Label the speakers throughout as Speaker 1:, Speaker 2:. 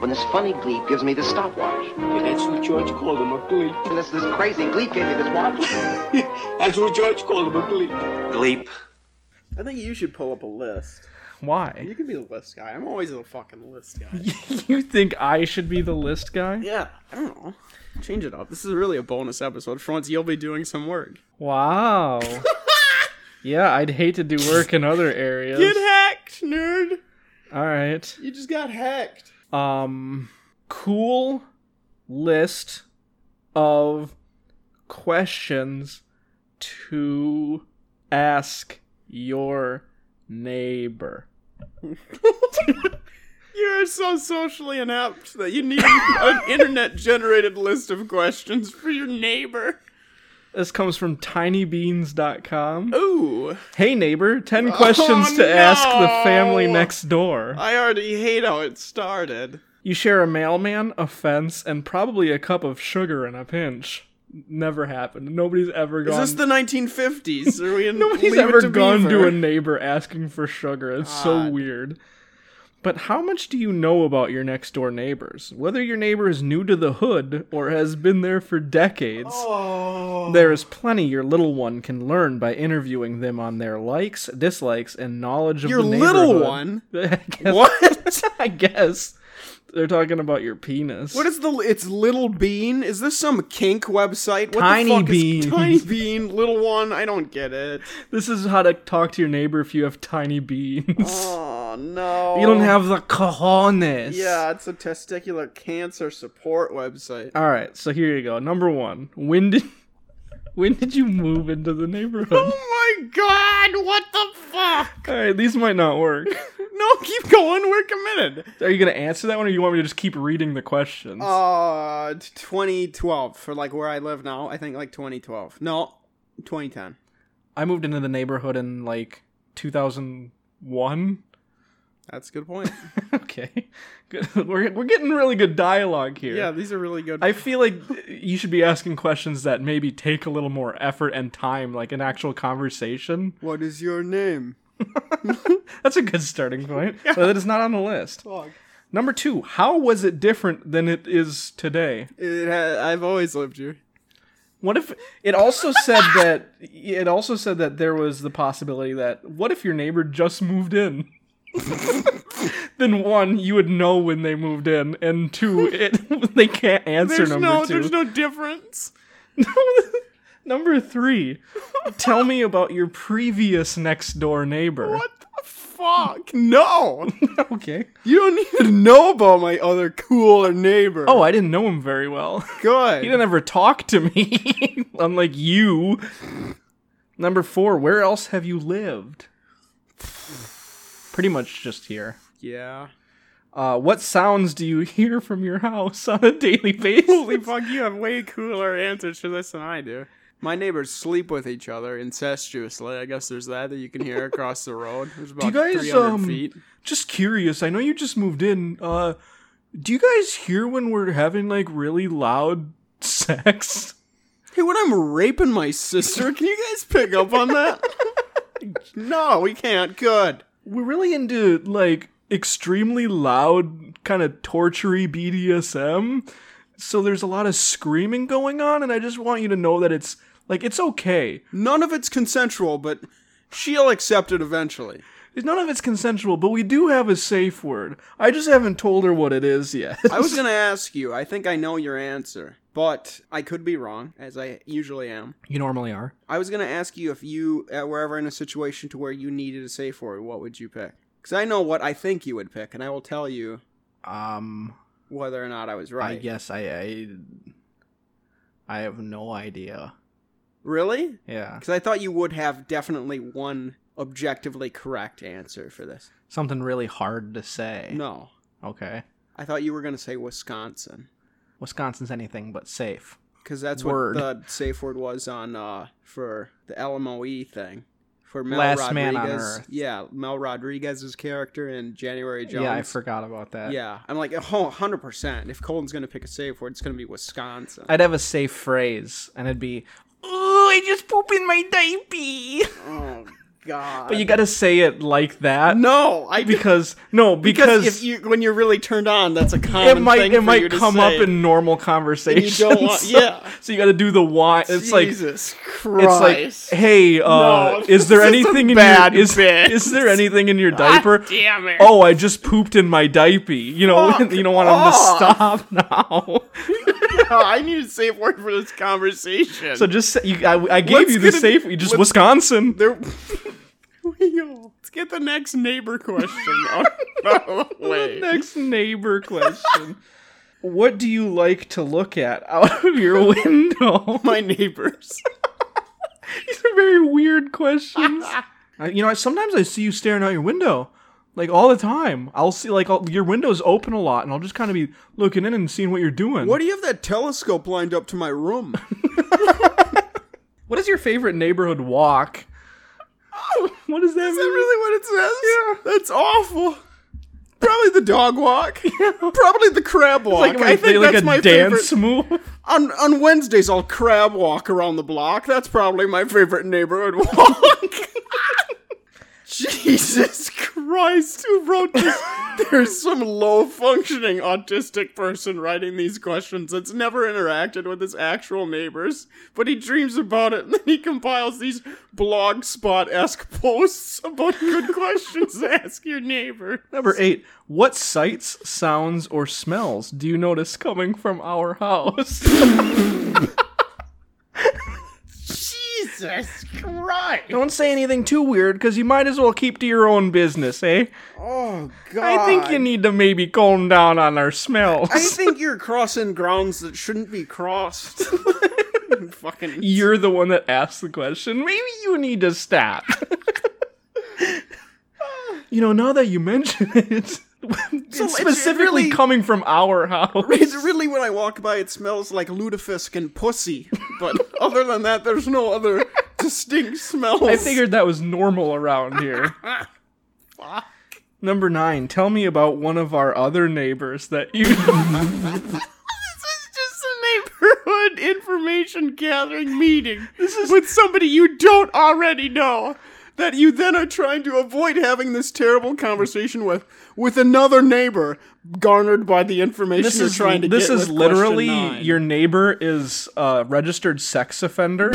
Speaker 1: when this funny gleep gives me this stopwatch.
Speaker 2: Yeah, that's what George called him, a gleep.
Speaker 1: And this, this crazy gleep gave me this watch.
Speaker 2: That's what George called him, a gleep.
Speaker 3: Gleep.
Speaker 4: I think you should pull up a list.
Speaker 5: Why?
Speaker 4: You can be the list guy. I'm always the fucking list guy.
Speaker 5: you think I should be the list guy?
Speaker 4: Yeah, I don't know. Change it up. This is really a bonus episode. For once, you'll be doing some work.
Speaker 5: Wow. yeah, I'd hate to do work in other areas.
Speaker 4: Get hacked, nerd!
Speaker 5: All right.
Speaker 4: You just got hacked.
Speaker 5: Um cool list of questions to ask your neighbor.
Speaker 4: You're so socially inept that you need an internet-generated list of questions for your neighbor.
Speaker 5: This comes from tinybeans.com.
Speaker 4: Ooh,
Speaker 5: Hey neighbor, 10 questions to
Speaker 4: Oh. no.
Speaker 5: ask the family next door.
Speaker 4: I already hate how it started.
Speaker 5: You share a mailman, a fence, and probably a cup of sugar in a pinch. Never happened. Nobody's ever
Speaker 4: Is
Speaker 5: gone.
Speaker 4: this the 1950s? Are we in
Speaker 5: Nobody's
Speaker 4: Leave It
Speaker 5: ever
Speaker 4: to
Speaker 5: gone to
Speaker 4: Beaver?
Speaker 5: a neighbor asking for sugar. It's so weird. But how much do you know about your next door neighbors? Whether your neighbor is new to the hood or has been there for decades,
Speaker 4: Oh.
Speaker 5: there is plenty your little one can learn by interviewing them on their likes, dislikes, and knowledge of
Speaker 4: Your
Speaker 5: the
Speaker 4: little
Speaker 5: neighborhood.
Speaker 4: one?
Speaker 5: I guess,
Speaker 4: What?
Speaker 5: I guess they're talking about your penis.
Speaker 4: What is the? It's Little Bean. Is this some kink website? What
Speaker 5: Tiny
Speaker 4: the fuck
Speaker 5: Bean.
Speaker 4: Is Tiny Bean, Little One. I don't get it.
Speaker 5: This is how to talk to your neighbor if you have tiny beans.
Speaker 4: Oh no!
Speaker 5: You don't have the cojones.
Speaker 4: Yeah, it's a testicular cancer support website.
Speaker 5: All right, so here you go. Number one, when did when did you move into the neighborhood?
Speaker 4: Oh my god! What the fuck?
Speaker 5: All right, these might not work.
Speaker 4: No, keep going. We're committed.
Speaker 5: Are you gonna answer that one, or you want me to just keep reading the questions?
Speaker 4: Uh, 2012 for like where I live now. I think like 2012. No, 2010.
Speaker 5: I moved into the neighborhood in like 2001.
Speaker 4: That's a good point.
Speaker 5: okay, good. We're we're getting really good dialogue here.
Speaker 4: yeah, these are really good.
Speaker 5: I feel like you should be asking questions that maybe take a little more effort and time, like an actual conversation.
Speaker 4: what is your name?
Speaker 5: That's a good starting point. But that is not on the list.
Speaker 4: Fuck.
Speaker 5: Number two, how was it different than it is today?
Speaker 4: It ha- I've always lived here.
Speaker 5: What if it also said that it also said that there was the possibility that what if your neighbor just moved in? then one, you would know when they moved in, and two, it they can't answer
Speaker 4: There's
Speaker 5: number
Speaker 4: no,
Speaker 5: two.
Speaker 4: there's no difference.
Speaker 5: number three, tell me about your previous next door neighbor.
Speaker 4: What the fuck? No,
Speaker 5: Okay.
Speaker 4: you don't even know about my other cooler neighbor.
Speaker 5: Oh, I didn't know him very well.
Speaker 4: good.
Speaker 5: He didn't ever talk to me, unlike you. Number four, where else have you lived? Pretty much just here.
Speaker 4: yeah.
Speaker 5: Uh, what sounds do you hear from your house on a daily basis?
Speaker 4: Holy fuck! You have way cooler answers to this than I do. My neighbors sleep with each other incestuously. I guess there's that that you can hear across the road. There's about
Speaker 5: do you guys
Speaker 4: 300
Speaker 5: um
Speaker 4: feet.
Speaker 5: just curious? I know you just moved in. Uh, do you guys hear when we're having like really loud sex?
Speaker 4: Hey, when I'm raping my sister, can you guys pick up on that? no, we can't. Good.
Speaker 5: We're really into like extremely loud, kind of tortury BDSM. So there's a lot of screaming going on, and I just want you to know that it's like it's okay.
Speaker 4: None of it's consensual, but she'll accept it eventually.
Speaker 5: None of it's consensual, but we do have a safe word. I just haven't told her what it is yet.
Speaker 4: I was gonna ask you. I think I know your answer, but I could be wrong, as I usually am.
Speaker 5: you normally are.
Speaker 4: I was gonna ask you if you uh, were ever in a situation to where you needed a safe word, what would you pick? Because I know what I think you would pick, and I will tell you
Speaker 3: Um,
Speaker 4: whether or not I was right.
Speaker 3: I guess I, I I have no idea.
Speaker 4: Really?
Speaker 3: Yeah,
Speaker 4: Because I thought you would have definitely one objectively correct answer for this.
Speaker 3: something really hard to
Speaker 5: Eh.
Speaker 3: say.
Speaker 4: No,
Speaker 3: Okay,
Speaker 4: I thought you were gonna say Wisconsin,
Speaker 3: Wisconsin's anything but safe.
Speaker 4: because that's
Speaker 3: Word.
Speaker 4: what the safe word was on uh for the LMOE E thing. For Mel
Speaker 3: Last
Speaker 4: Rodriguez,
Speaker 3: Man on Earth.
Speaker 4: yeah, Mel Rodriguez's character in January Jones.
Speaker 3: Yeah, I forgot about that.
Speaker 4: Yeah, I'm like, oh, 100 percent. If Colton's gonna pick a safe word, it's gonna be Wisconsin.
Speaker 3: I'd have a safe phrase, and it'd be, "Ooh, I just pooped in my diaper."
Speaker 4: oh god.
Speaker 5: But you gotta say it like that.
Speaker 4: no, I
Speaker 5: Because no, because,
Speaker 4: if you when you're really turned on, that's a common
Speaker 5: it might
Speaker 4: thing
Speaker 5: it
Speaker 4: for you
Speaker 5: might
Speaker 4: to
Speaker 5: come
Speaker 4: say.
Speaker 5: up in normal conversations.
Speaker 4: don't want-
Speaker 5: so,
Speaker 4: yeah.
Speaker 5: So you gotta do the why. It's like
Speaker 4: Jesus
Speaker 5: it's
Speaker 4: Christ.
Speaker 5: like, hey, uh,
Speaker 4: No,
Speaker 5: is there
Speaker 4: this is a
Speaker 5: anything in
Speaker 4: bad
Speaker 5: your is,
Speaker 4: bit.
Speaker 5: is there anything in your diaper?
Speaker 4: damn it.
Speaker 5: Oh, I just pooped in my diaper. You know,
Speaker 4: Fuck
Speaker 5: you don't want them to stop now.
Speaker 4: I need a safe word for this conversation.
Speaker 5: so just say- you, I, I gave
Speaker 4: What's
Speaker 5: you the
Speaker 4: gonna-
Speaker 5: safe. You just
Speaker 4: what-
Speaker 5: Wisconsin.
Speaker 4: there. we go. Let's get the next neighbor question. Oh, no, wait.
Speaker 5: Next neighbor question. what do you like to look at out of your window?
Speaker 4: My neighbors.
Speaker 5: These are very weird questions. Uh, you know, I- sometimes I see you staring out your window, like all the time. I'll see like I'll, your window's open a lot, and I'll just kind of be looking in and seeing what you're doing.
Speaker 4: What do you have that telescope lined up to my room?
Speaker 5: What is your favorite neighborhood walk? what does that
Speaker 4: Is that
Speaker 5: mean?
Speaker 4: really what it says? Yeah. That's awful. Probably the dog walk. Probably the crab walk.
Speaker 5: Like, my-
Speaker 4: I think
Speaker 5: like
Speaker 4: that's
Speaker 5: a
Speaker 4: my
Speaker 5: dance
Speaker 4: favorite.
Speaker 5: move.
Speaker 4: On on Wednesdays, I'll crab walk around the block. That's probably my favorite neighborhood walk. Jesus Christ, who wrote this? There's some low functioning autistic person writing these questions that's never interacted with his actual neighbors, but he dreams about it and then he compiles these blogspot esque posts about good questions to ask your neighbor.
Speaker 5: Number eight. What sights, sounds, or smells do you notice coming from our house?
Speaker 4: Jesus Christ!
Speaker 5: Don't say anything too weird, because you might as well keep to your own business, eh?
Speaker 4: Oh, God.
Speaker 5: I think you need to maybe calm down on our smells.
Speaker 4: I think you're crossing grounds that shouldn't be crossed. Fucking.
Speaker 5: You're the one that asked the question. Maybe you need to stop. you know, now that you mention it, it's
Speaker 4: it's
Speaker 5: specifically
Speaker 4: really-
Speaker 5: coming from our house.
Speaker 4: It's really when I walk by, it smells like lutefisk and pussy. But other than that, there's no other distinct smells.
Speaker 5: I figured that was normal around here. Number nine, tell me about one of our other neighbors that you.
Speaker 4: this is just a neighborhood information gathering meeting. This is with somebody you don't already know. That you then are trying to avoid having this terrible conversation with, with another neighbor, garnered by the information
Speaker 5: this
Speaker 4: you're
Speaker 5: is
Speaker 4: trying to
Speaker 5: this
Speaker 4: get.
Speaker 5: is
Speaker 4: with question
Speaker 5: literally
Speaker 4: nine.
Speaker 5: your neighbor is a registered sex offender,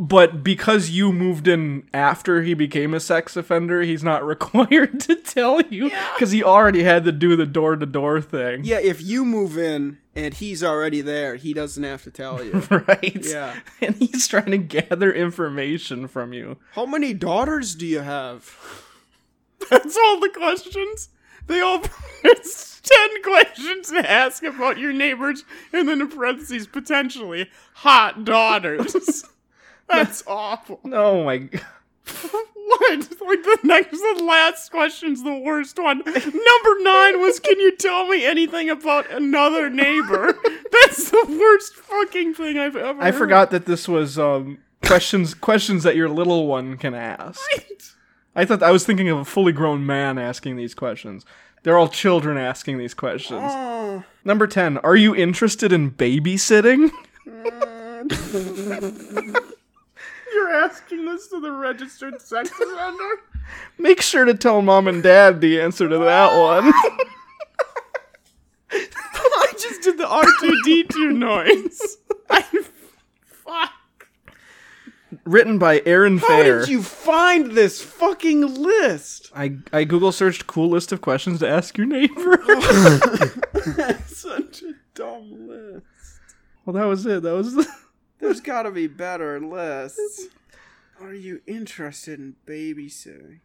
Speaker 5: but because you moved in after he became a sex offender, he's not required to tell you because he already had to do the door to door thing.
Speaker 4: Yeah, if you move in and he's already there, he doesn't have to tell you.
Speaker 5: Right.
Speaker 4: Yeah.
Speaker 5: And he's trying to gather information from you.
Speaker 4: How many daughters do you have? That's all the questions. They all it's ten questions to ask about your neighbors, and then in parentheses potentially hot daughters. That's awful.
Speaker 5: Oh my god.
Speaker 4: What? Like the next, the last question's the worst one. Number nine was, can you tell me anything about another neighbor? That's the worst fucking thing I've ever.
Speaker 5: I forgot that this was um, questions questions that your little one can ask.
Speaker 4: Right.
Speaker 5: I thought I was thinking of a fully grown man asking these questions. They're all children asking these questions.
Speaker 4: Oh.
Speaker 5: Number 10, are you interested in babysitting?
Speaker 4: You're asking this to the registered sex offender?
Speaker 5: Make sure to tell mom and dad the answer to that one.
Speaker 4: I just did the R2D2 noise. I, fuck.
Speaker 5: Written by Aaron
Speaker 4: How
Speaker 5: Fair.
Speaker 4: did you find this fucking list?
Speaker 5: I, I Google searched cool list of questions to ask your neighbor. well,
Speaker 4: Such a dumb list.
Speaker 5: that was it. That was the-
Speaker 4: There's gotta be better lists. Are you interested in babysitting?